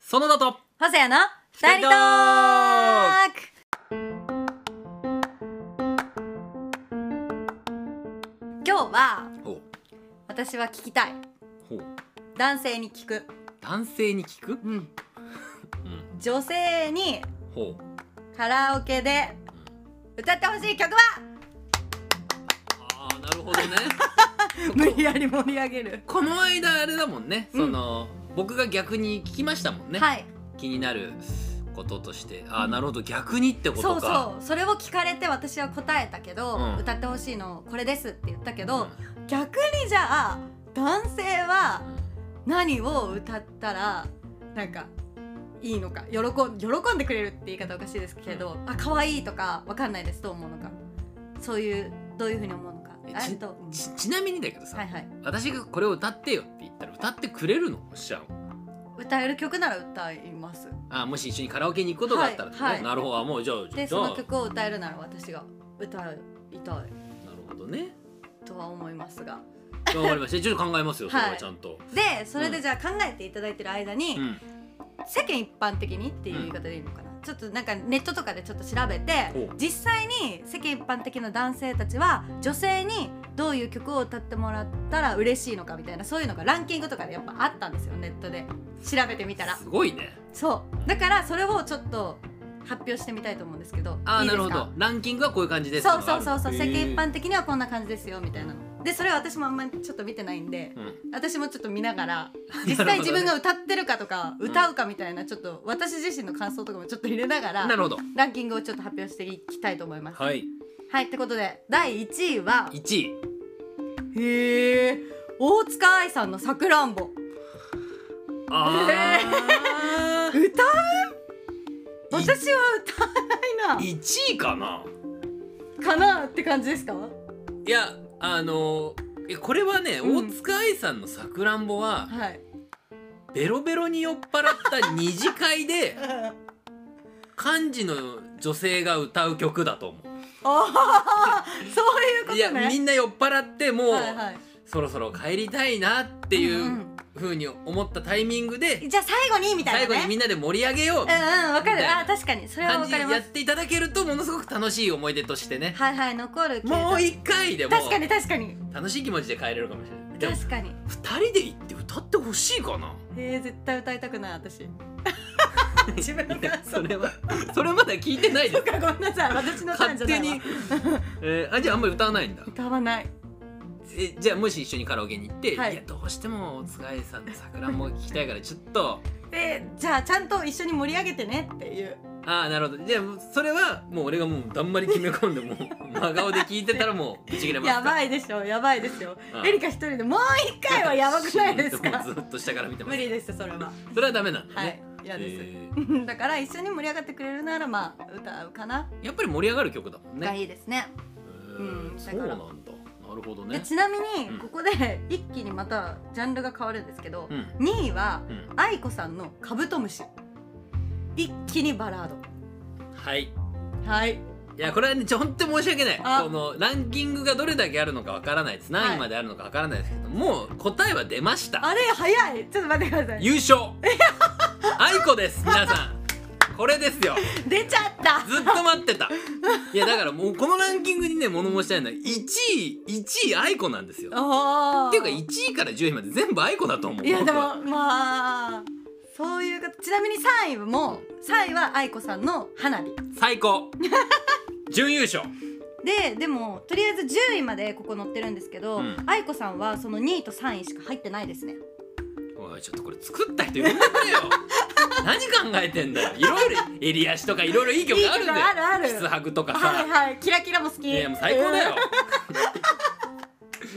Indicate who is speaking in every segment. Speaker 1: そのだと
Speaker 2: 細谷の
Speaker 1: 二
Speaker 2: 二
Speaker 1: 人ト
Speaker 2: 人ト
Speaker 1: ー
Speaker 2: ーク今日は
Speaker 1: ほ
Speaker 2: 私は聞きたいう
Speaker 1: ほう
Speaker 2: 男性に聞く、
Speaker 1: 男性に聞く、うん、
Speaker 2: 女性に
Speaker 1: ほう
Speaker 2: カラオケで歌ってほしい曲は
Speaker 1: ああなるほどね
Speaker 2: 無理やり盛り上げ る、
Speaker 1: この間あれだもんね
Speaker 2: うん
Speaker 1: その、僕が逆に聞きましたもんね、
Speaker 2: はい
Speaker 1: 気になることとしてああなるほど逆にってことか
Speaker 2: そうそうそれを聞かれて私は答えたけど、
Speaker 1: うん
Speaker 2: 歌ってほしいのこれですって言ったけ
Speaker 1: うん
Speaker 2: ど、逆にじゃあ男性は何を歌ったらなんかいいのか喜ん喜んでくれるって言い方おかしいですけど、あ可愛いとかわかんないですどう思うのかそういうどういうふうに思うのか
Speaker 1: え
Speaker 2: あと、うん
Speaker 1: ちちなみにだけどさ、
Speaker 2: はいはい
Speaker 1: 私がこれを歌ってよって言ったら歌ってくれるのしちゃう
Speaker 2: 歌える曲なら歌います
Speaker 1: あもし一緒にカラオケに行くことがあったらってね、
Speaker 2: はいはい
Speaker 1: なるほどあもうじゃあじゃ
Speaker 2: で
Speaker 1: あ
Speaker 2: その曲を歌えるなら私が歌いたい
Speaker 1: なるほどね
Speaker 2: とは思いますが
Speaker 1: わかりましたちょっと考えますよそれ
Speaker 2: は
Speaker 1: はいちゃんと、
Speaker 2: でそれでじゃあ考えていただいてる間に、
Speaker 1: うん
Speaker 2: 世間一般的にっていう言い方でいいのかな、ちょっとなんかネットとかでちょっと調べて
Speaker 1: ほう
Speaker 2: 実際に世間一般的な男性たちは女性にどういう曲を歌ってもらったら嬉しいのかみたいなそういうのがランキングとかでやっぱあったんですよネットで調べてみたら
Speaker 1: すごいね
Speaker 2: そうだからそれをちょっと発表してみたいと思うんですけど
Speaker 1: あ
Speaker 2: い
Speaker 1: ー
Speaker 2: いで
Speaker 1: な
Speaker 2: す
Speaker 1: る
Speaker 2: か
Speaker 1: ほどランキングはこういう感じです
Speaker 2: そうそうそうそう
Speaker 1: へ
Speaker 2: 世
Speaker 1: ー
Speaker 2: 間一般的にはこんな感じですよみたいなのでそれは私もあんまりちょっと見てないんで
Speaker 1: うん
Speaker 2: 私もちょっと見な がら
Speaker 1: る
Speaker 2: 実
Speaker 1: ほどね
Speaker 2: 際自分が歌ってるかとか歌うかみたいなちょっと私自身の感想とかもちょっと入れながら
Speaker 1: なるほど
Speaker 2: ランキングをちょっと発表していきたいと思います。
Speaker 1: はい
Speaker 2: はいってことで第1位は
Speaker 1: 1位
Speaker 2: へえ大塚愛さんの「さくらんぼ
Speaker 1: あ」ー
Speaker 2: 歌う私は歌わない
Speaker 1: 1位かな
Speaker 2: なかなって感じですか
Speaker 1: いやあのーえこれはね、
Speaker 2: うん
Speaker 1: 大塚愛さんのさくらんぼは
Speaker 2: はい
Speaker 1: ベロベロに酔っ払った二次会 で幹事の女性が歌う曲だと思
Speaker 2: ああそういうこ
Speaker 1: う
Speaker 2: と
Speaker 1: い
Speaker 2: ね
Speaker 1: やみんな酔っ払ってもう、
Speaker 2: はいはい、っ
Speaker 1: そろそろ帰りたいなって
Speaker 2: て
Speaker 1: いうふうに思ったタイミングで、
Speaker 2: じゃあ最後にみたいな、ね、
Speaker 1: 最後にみんなで盛り上げよう
Speaker 2: うんうんわ
Speaker 1: み
Speaker 2: か
Speaker 1: たい
Speaker 2: る
Speaker 1: な
Speaker 2: あ確かにそれは
Speaker 1: 感
Speaker 2: わ
Speaker 1: じ
Speaker 2: か
Speaker 1: で
Speaker 2: り
Speaker 1: や
Speaker 2: ま
Speaker 1: っ
Speaker 2: す
Speaker 1: ていただけるとものすごく楽しい思い出としてね
Speaker 2: はいはい残るけど
Speaker 1: もう一回でも
Speaker 2: 確かに確かに
Speaker 1: 楽しい気持ちで帰れるかもしれないでも
Speaker 2: 確かに
Speaker 1: 2人で行って歌ってほしいか な
Speaker 2: えー、絶対歌いたくない私自分の
Speaker 1: いや
Speaker 2: 感
Speaker 1: そ
Speaker 2: 想
Speaker 1: れはそれまだ聞いてないで
Speaker 2: そっ
Speaker 1: す
Speaker 2: かごめんなさい私のターン
Speaker 1: 勝
Speaker 2: じゃな
Speaker 1: 手
Speaker 2: いわ
Speaker 1: に、えーあじゃああんまり歌わないんだ
Speaker 2: 歌わない
Speaker 1: えじゃあもし一緒にカラオケに行って、
Speaker 2: はい
Speaker 1: い、やどうしてもおつがいさんの桜も聞きたいからちょっと
Speaker 2: でじゃあちゃんと一緒に盛り上げてねっていう
Speaker 1: ああなるほどじゃあそれはもう俺がもうだんまり決め込んでもう真顔で聞いてたらもうぶち切れます
Speaker 2: や
Speaker 1: か
Speaker 2: ばいでしょやばいですよ
Speaker 1: うん
Speaker 2: エリカ一人でもう一回はやばくないですか
Speaker 1: もうずっと下から見てま
Speaker 2: 無
Speaker 1: す
Speaker 2: 理ですよそれは
Speaker 1: それはダメなんだ
Speaker 2: は
Speaker 1: ね、
Speaker 2: い嫌です、
Speaker 1: え
Speaker 2: だから一緒に盛り上がってくれるならまあ歌うかな、
Speaker 1: ーやっぱり盛り上がる曲だもんね、
Speaker 2: がいいですね
Speaker 1: え
Speaker 2: うん
Speaker 1: ー
Speaker 2: だ
Speaker 1: そう
Speaker 2: か
Speaker 1: なんだ
Speaker 2: ら
Speaker 1: なるほど
Speaker 2: で
Speaker 1: ね
Speaker 2: ちなみに
Speaker 1: うん
Speaker 2: ここで一気にまたジャンルが変わるんですけど、
Speaker 1: うん
Speaker 2: 2位は
Speaker 1: うん
Speaker 2: 愛子さんの「カブトムシ」一気にバラー
Speaker 1: はいい
Speaker 2: ドはい
Speaker 1: やこれはねちょ本当に申し訳ない
Speaker 2: あ
Speaker 1: このランキングがどれだけあるのかわからないです何位まであるのかわからないですけど、もう答えは出ました
Speaker 2: あれ早いちょっと待ってください
Speaker 1: 優勝愛子です皆さんこれですよ
Speaker 2: 出ちゃった
Speaker 1: ずっと待ってたいやだからもうこのランキングにね物申したいのは1位1位愛子なんですよ
Speaker 2: おー
Speaker 1: っていうか1位から10位まで全部愛子だと思う
Speaker 2: い
Speaker 1: い
Speaker 2: やでもまあそういうことちなみに3位も3位は愛子さんの「花火
Speaker 1: 最高 準優勝」
Speaker 2: ででもとりあえず10位までここ載ってるんですけど、
Speaker 1: うん
Speaker 2: 愛子さんはその2位と3位しか入ってないですね
Speaker 1: おいちょっとこれ作った人呼んでくれよ 何考えてんだよいろいろ襟足とかいろいろいい曲あるんだよ
Speaker 2: いい曲あるある
Speaker 1: 筆白とかさ、
Speaker 2: はいはいキラキラも好き
Speaker 1: いやもう最高だよ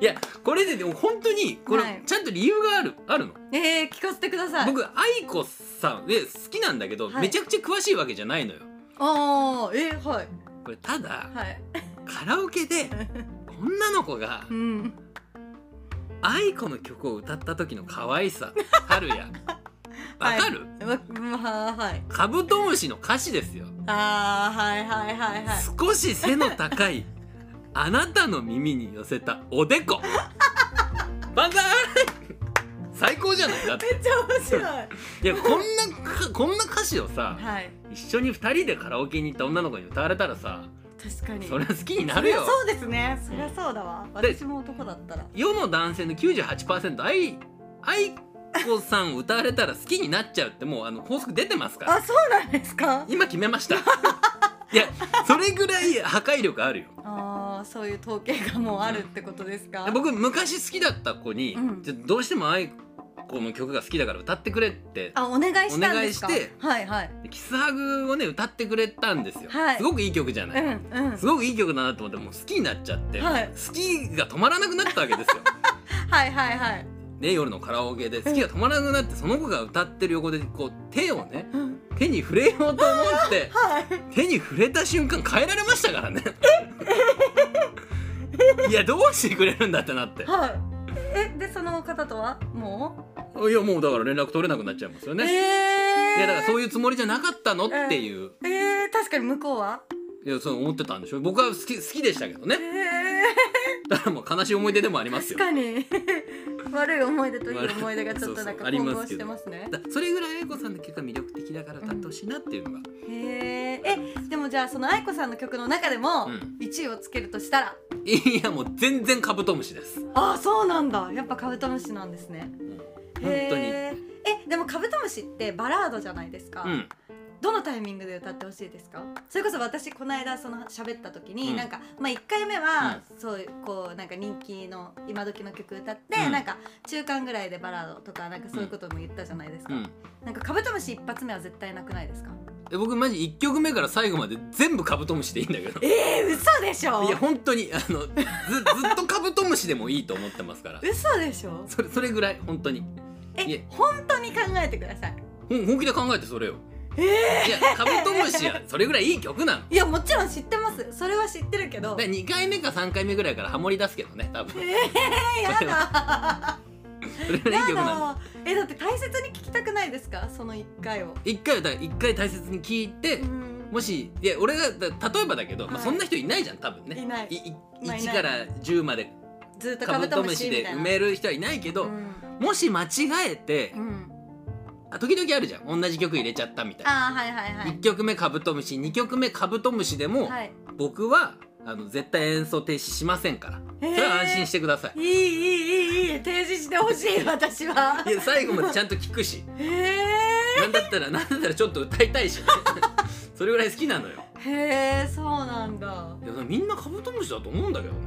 Speaker 1: いやこれででも本当にこれ、
Speaker 2: はい
Speaker 1: ちゃんと理由があるあるの
Speaker 2: うんえー、聞かせてください
Speaker 1: 僕愛子さんで好きなんだけど、
Speaker 2: はい
Speaker 1: めちゃくちゃ詳しいわけじゃないのよ
Speaker 2: ああえー、はい
Speaker 1: これただ
Speaker 2: はい
Speaker 1: カラオケで女の子が
Speaker 2: うん
Speaker 1: 愛子の曲を歌った時の可愛さたるやわかる、
Speaker 2: わまあはい
Speaker 1: カブトムシの歌詞ですよ、
Speaker 2: あーはいはいはいはい
Speaker 1: 少し背の高 いあなたの耳に寄せたおでこ万歳最高じゃないだ って
Speaker 2: めっちゃ面白い。
Speaker 1: いやこんなかこんな歌詞をさ
Speaker 2: はい。
Speaker 1: 一緒に2人でカラオケに行った女の子に歌われたらさ
Speaker 2: 確かに。
Speaker 1: そりゃ好きにな
Speaker 2: そ
Speaker 1: る
Speaker 2: りゃ
Speaker 1: よ
Speaker 2: そうですね。そりゃそうだわ。
Speaker 1: で
Speaker 2: 私も男だったら。
Speaker 1: 世の男性の98%愛愛子さん歌われたら好きになっちゃうってもうあの法則出てますから
Speaker 2: あ、そうなんですか。
Speaker 1: 今決めましたいやそれぐらい破壊力あるよ
Speaker 2: ああ、そういう統計がもうあるってことですか。
Speaker 1: 僕昔好きだった子に、
Speaker 2: うん
Speaker 1: ちょどうしても愛子の曲が好きだから歌ってくれって
Speaker 2: あ、お願いしたんですか。
Speaker 1: お願いして
Speaker 2: はいはい。
Speaker 1: キスハグをね歌ってくれたんですよ、
Speaker 2: はい
Speaker 1: すごくいい曲じゃ
Speaker 2: う
Speaker 1: ない、
Speaker 2: んうん。
Speaker 1: すごくいい曲だなと思ってもう好きになっちゃって、
Speaker 2: はい
Speaker 1: 好きが止まらなくなったわけです よ。
Speaker 2: はいはいはい。
Speaker 1: ね、夜のカラオケで好きが止まらなくなってその子が歌ってる横でこう手をね
Speaker 2: うん
Speaker 1: 手に触れようと思って
Speaker 2: はい。
Speaker 1: 手に触れた瞬間変えられましたからね。いやどうしてくれるんだってなってい
Speaker 2: はい。え、で、その方とは、も
Speaker 1: やもうだから連絡取れなくなっちゃいますよ
Speaker 2: う。
Speaker 1: ね。
Speaker 2: ええー。
Speaker 1: いやだからそう
Speaker 2: い
Speaker 1: いうつもりじゃなかったのっていう、
Speaker 2: う。ええー、確かに向こうは。
Speaker 1: いやそう思ってたんでしょ僕は好き好きでしたけど
Speaker 2: え
Speaker 1: ね
Speaker 2: え
Speaker 1: だからもう悲しい思い出でもあり
Speaker 2: ー。
Speaker 1: ます
Speaker 2: 確
Speaker 1: よ
Speaker 2: か に。悪い思い出とい
Speaker 1: 悪
Speaker 2: い
Speaker 1: い
Speaker 2: 思い出がちょっとな
Speaker 1: そう
Speaker 2: ん
Speaker 1: そうあ
Speaker 2: か
Speaker 1: り
Speaker 2: 混
Speaker 1: ます
Speaker 2: 合
Speaker 1: け
Speaker 2: し
Speaker 1: ど
Speaker 2: てますね。
Speaker 1: だそれぐらい愛子さんの曲が魅力的だから歌ってほしいなっていうのが、
Speaker 2: へえ。え、でもじゃあその愛子さんの曲の中でも
Speaker 1: うん
Speaker 2: 1位をつけるとしたら、
Speaker 1: いやもう全然カブトムシです、
Speaker 2: ああそうなんだ。やっぱカブトムシなんですね。
Speaker 1: 本当に
Speaker 2: へーえ、でもカブトムシってバラードじゃないですか。
Speaker 1: うん
Speaker 2: どのタイミングで歌ってほしいですかそれこそ私この間その喋った時に、
Speaker 1: うん
Speaker 2: なんか、まあ、1回目は、そういうこうなんか人気の今時の曲歌って、
Speaker 1: うん
Speaker 2: なんか中間ぐらいでバラードとかなんかそういうことも言ったじゃないですか、
Speaker 1: うん
Speaker 2: なんかカブトムシ一発目は絶対なくないですか
Speaker 1: で僕マジ1曲目から最後まで全部カブトムシでいいんだけど
Speaker 2: えー、嘘でしょ
Speaker 1: いや本当にあのず ずっとカブトムシでもいいと思ってますから
Speaker 2: 嘘でしょ
Speaker 1: それそれぐらい本当にい
Speaker 2: え
Speaker 1: え
Speaker 2: 本当に考えてください
Speaker 1: ほん本気で考えてそれよ
Speaker 2: え
Speaker 1: いやカブトムシはそれぐらいいい曲なの
Speaker 2: ー、いやもちろん知ってますそれは知ってるけど
Speaker 1: で2回目か3回目ぐらいからハモり出すけどね多分
Speaker 2: えー、やだ
Speaker 1: それぐらいいい曲なの
Speaker 2: やだえだって大切に聞きたくないですかその1回を
Speaker 1: 一回はだから一回大切に聞いて、
Speaker 2: うん
Speaker 1: もしいや俺がだ例えばだけど、ま
Speaker 2: は
Speaker 1: あ、
Speaker 2: い
Speaker 1: そんな人いないじゃん多分ね
Speaker 2: いないまあい
Speaker 1: 1
Speaker 2: ない
Speaker 1: から10まで
Speaker 2: ずっと
Speaker 1: カ
Speaker 2: カ
Speaker 1: ブ
Speaker 2: ブ
Speaker 1: ト
Speaker 2: ト
Speaker 1: ム
Speaker 2: ム
Speaker 1: シ
Speaker 2: シ
Speaker 1: で
Speaker 2: みたい
Speaker 1: 埋
Speaker 2: な
Speaker 1: める人はいないけど、
Speaker 2: うん
Speaker 1: もし間違えて、
Speaker 2: うん
Speaker 1: あ時々あるじゃん同じ曲入れちゃったみたいな、
Speaker 2: ああはいはいは
Speaker 1: 一1曲目カブトムシ2曲目カブトムシでも、
Speaker 2: いはい
Speaker 1: 僕はあの絶対演奏停止しませんから
Speaker 2: えー
Speaker 1: それは安心してください、
Speaker 2: いいいいいいいい提示してほしい私はい
Speaker 1: や最後までちゃんと聞くし
Speaker 2: へ
Speaker 1: なんだったらなんだったらちょっと歌いたいし それぐらい好きなのよ
Speaker 2: えへえそうなんだ
Speaker 1: いやみんなカブトムシだと思うんだけどね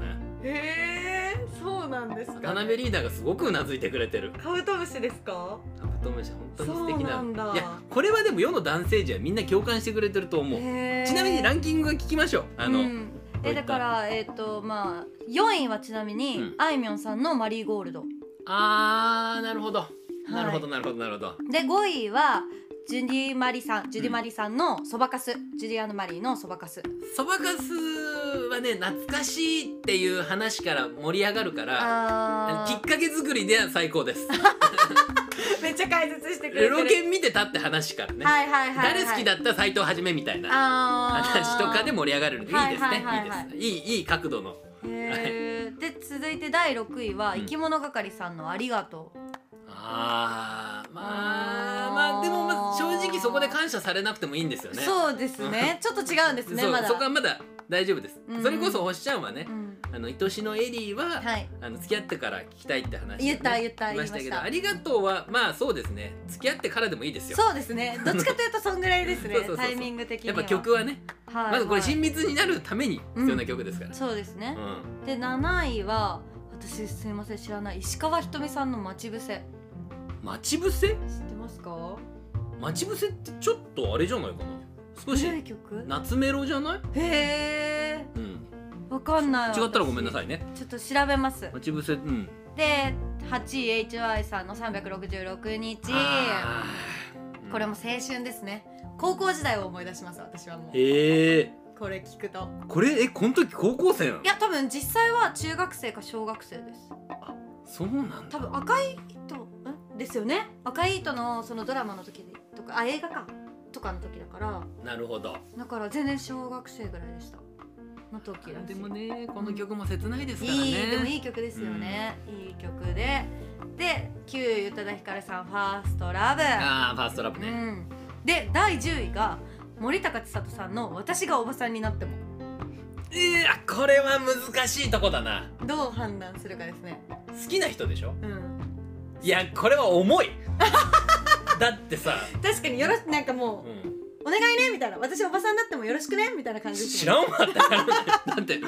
Speaker 2: へえそうなんですか
Speaker 1: 渡辺リーダーがすごくうなずいてくれてる
Speaker 2: カブトムシですか
Speaker 1: カブトムシ本当に素敵な
Speaker 2: そうなんだ
Speaker 1: いやこれはでも世の男性陣はみんな共感してくれてると思うち
Speaker 2: ち
Speaker 1: なみにランキング聞きましょうあの、
Speaker 2: うん
Speaker 1: どうい
Speaker 2: え
Speaker 1: った
Speaker 2: だからえっ、とまあ4位はちなみに、
Speaker 1: うん
Speaker 2: あいみょんさんの「マリーゴールド」
Speaker 1: あーなるほど
Speaker 2: い
Speaker 1: なるほどなるほどなるほど
Speaker 2: で5位はジュディ・マリさんジュディ・マリさんの「そばかす」ジュディアン・マリーの「そばかす」
Speaker 1: そばかすはね懐かしいっていう話から盛り上がるから
Speaker 2: あ
Speaker 1: きっかけ作りでは最高です
Speaker 2: めっちゃ解説してくれて
Speaker 1: レ
Speaker 2: る
Speaker 1: ロケン見てたって話からね、
Speaker 2: はいはいはい、は
Speaker 1: 誰
Speaker 2: い、
Speaker 1: 好きだった斎藤はじめみたいな
Speaker 2: あー
Speaker 1: 話とかで盛り上がるのでいいですね、
Speaker 2: はいい
Speaker 1: い
Speaker 2: はいはいはい
Speaker 1: ですねいいいい角度の
Speaker 2: へーで続いて第6位は、
Speaker 1: うん
Speaker 2: 生き物係さんの「ありがとう
Speaker 1: あーまあ
Speaker 2: あー
Speaker 1: まあでもまあ正直そこで感謝されなくてもいいんですよ」ね
Speaker 2: そうです ねちょっと違うんですね
Speaker 1: そう
Speaker 2: まだ
Speaker 1: そこはまだ大丈夫です、
Speaker 2: うん
Speaker 1: それこそ星ちゃんはね
Speaker 2: う、ん、
Speaker 1: あの愛しのエリーは、
Speaker 2: はい
Speaker 1: あの付き合ってから聞きたいって話をね、
Speaker 2: 言った言った
Speaker 1: 言いましたけ
Speaker 2: 言い
Speaker 1: ど
Speaker 2: ました
Speaker 1: ありがとうはまあそうですね付き合ってからでもいいですよ
Speaker 2: そうですねどっちかというと そんぐらいですね
Speaker 1: そうそうそうそう
Speaker 2: タイミング的に
Speaker 1: やっ
Speaker 2: は
Speaker 1: ぱ曲はね、
Speaker 2: はい、
Speaker 1: まずこれ
Speaker 2: はい
Speaker 1: 親密になるために必要な曲ですから、
Speaker 2: そうですね
Speaker 1: う、ん
Speaker 2: で7位は私すいません知らない石川ひとみさんの「待ち伏せ」
Speaker 1: 待ち伏せ
Speaker 2: 知ってますか
Speaker 1: 待ち伏せってちょっとあれじゃないかな少し
Speaker 2: 古い曲
Speaker 1: 夏メロじゃない、
Speaker 2: へえ
Speaker 1: うん、
Speaker 2: わかんない
Speaker 1: 違ったらごめんなさ
Speaker 2: い
Speaker 1: いね
Speaker 2: ちょっと調べます
Speaker 1: 待ち伏せうん
Speaker 2: で8位 HY さんの366日
Speaker 1: あー
Speaker 2: これも青春ですね高校時代を思い出します私はもう
Speaker 1: へえ
Speaker 2: これ聞くと
Speaker 1: これえこの時高校生なの
Speaker 2: いや多分実際は中学生か小学生です
Speaker 1: そうなんだ
Speaker 2: 多分赤い糸んですよね赤い糸のそのドラマの時とかあ映画かとかの時だから
Speaker 1: なるほど
Speaker 2: だから全然小学生ぐらいでしたの時
Speaker 1: でもねこの曲も切ないですからね
Speaker 2: いいでもいい曲ですよね、いい曲でで9位宇多田ヒカルさん「ファーストラブ」
Speaker 1: ああファーストラブ
Speaker 2: う
Speaker 1: ね、
Speaker 2: ん、で第10位が森高千里さんの「私がおばさんになっても
Speaker 1: いやこれは難しいとこだな」
Speaker 2: どう判断するかですね
Speaker 1: 好きな人でしょ
Speaker 2: うん
Speaker 1: いやこれは重 いだってさ、
Speaker 2: 確かによろしなんかもう
Speaker 1: う
Speaker 2: 「お願いね」みたいな「私おばさんになってもよろしくね」みたいな感
Speaker 1: ん、
Speaker 2: じです
Speaker 1: 知
Speaker 2: も
Speaker 1: らんわってなるだって付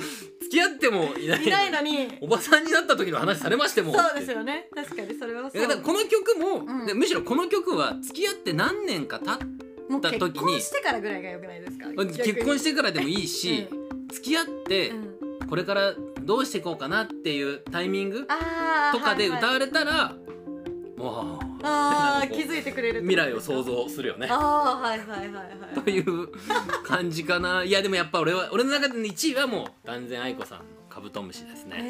Speaker 1: き合ってもいない
Speaker 2: いないのに
Speaker 1: おばさんになった時の話されましても
Speaker 2: そうですよね確かにそれはそ
Speaker 1: いや
Speaker 2: う
Speaker 1: だからこの曲も、
Speaker 2: うん
Speaker 1: でむしろこの曲は付き合って何年か経っ
Speaker 2: もう
Speaker 1: た
Speaker 2: 結
Speaker 1: 時に
Speaker 2: 婚してからぐらいがよくないですか
Speaker 1: 結婚しててからでもいいし、付き合ってこれからどうしていこうかなっていうタイミング
Speaker 2: あー
Speaker 1: とかで歌わ
Speaker 2: はいはい
Speaker 1: れたら、もってなんかこう
Speaker 2: あー気づいてくれる
Speaker 1: う
Speaker 2: ってこ
Speaker 1: 未来
Speaker 2: と
Speaker 1: を想像するよね。
Speaker 2: ああはいはいはいはい
Speaker 1: という感じかな。い やでもやっぱ俺は俺の中での1位はもう断然愛子さんのカブトムシですね。
Speaker 2: へ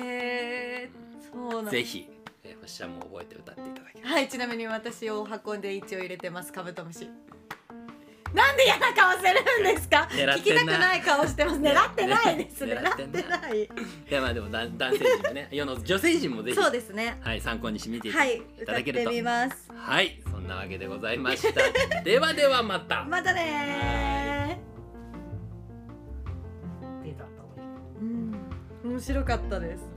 Speaker 2: えそうなんだ
Speaker 1: ぜひ、えー、星ちゃんも覚えて歌っていただきたい。
Speaker 2: はい、ちなみに私を運んで位置を入れてます、カブトムシ。なんで嫌な顔するんですか。
Speaker 1: 狙っ
Speaker 2: 聞き
Speaker 1: てんな
Speaker 2: たくない顔してます。狙ってないです。狙
Speaker 1: 狙
Speaker 2: っ
Speaker 1: っててんな
Speaker 2: ない。
Speaker 1: いやまあでもだ男性陣もね、世の女性陣もぜひ
Speaker 2: そうですね。
Speaker 1: はい参考にしてみていた
Speaker 2: はい、歌
Speaker 1: だ
Speaker 2: っ
Speaker 1: ける
Speaker 2: て
Speaker 1: と。
Speaker 2: みます。
Speaker 1: はい、そんなわけでございました。ではではまた。
Speaker 2: またねー。うん、面白かったです。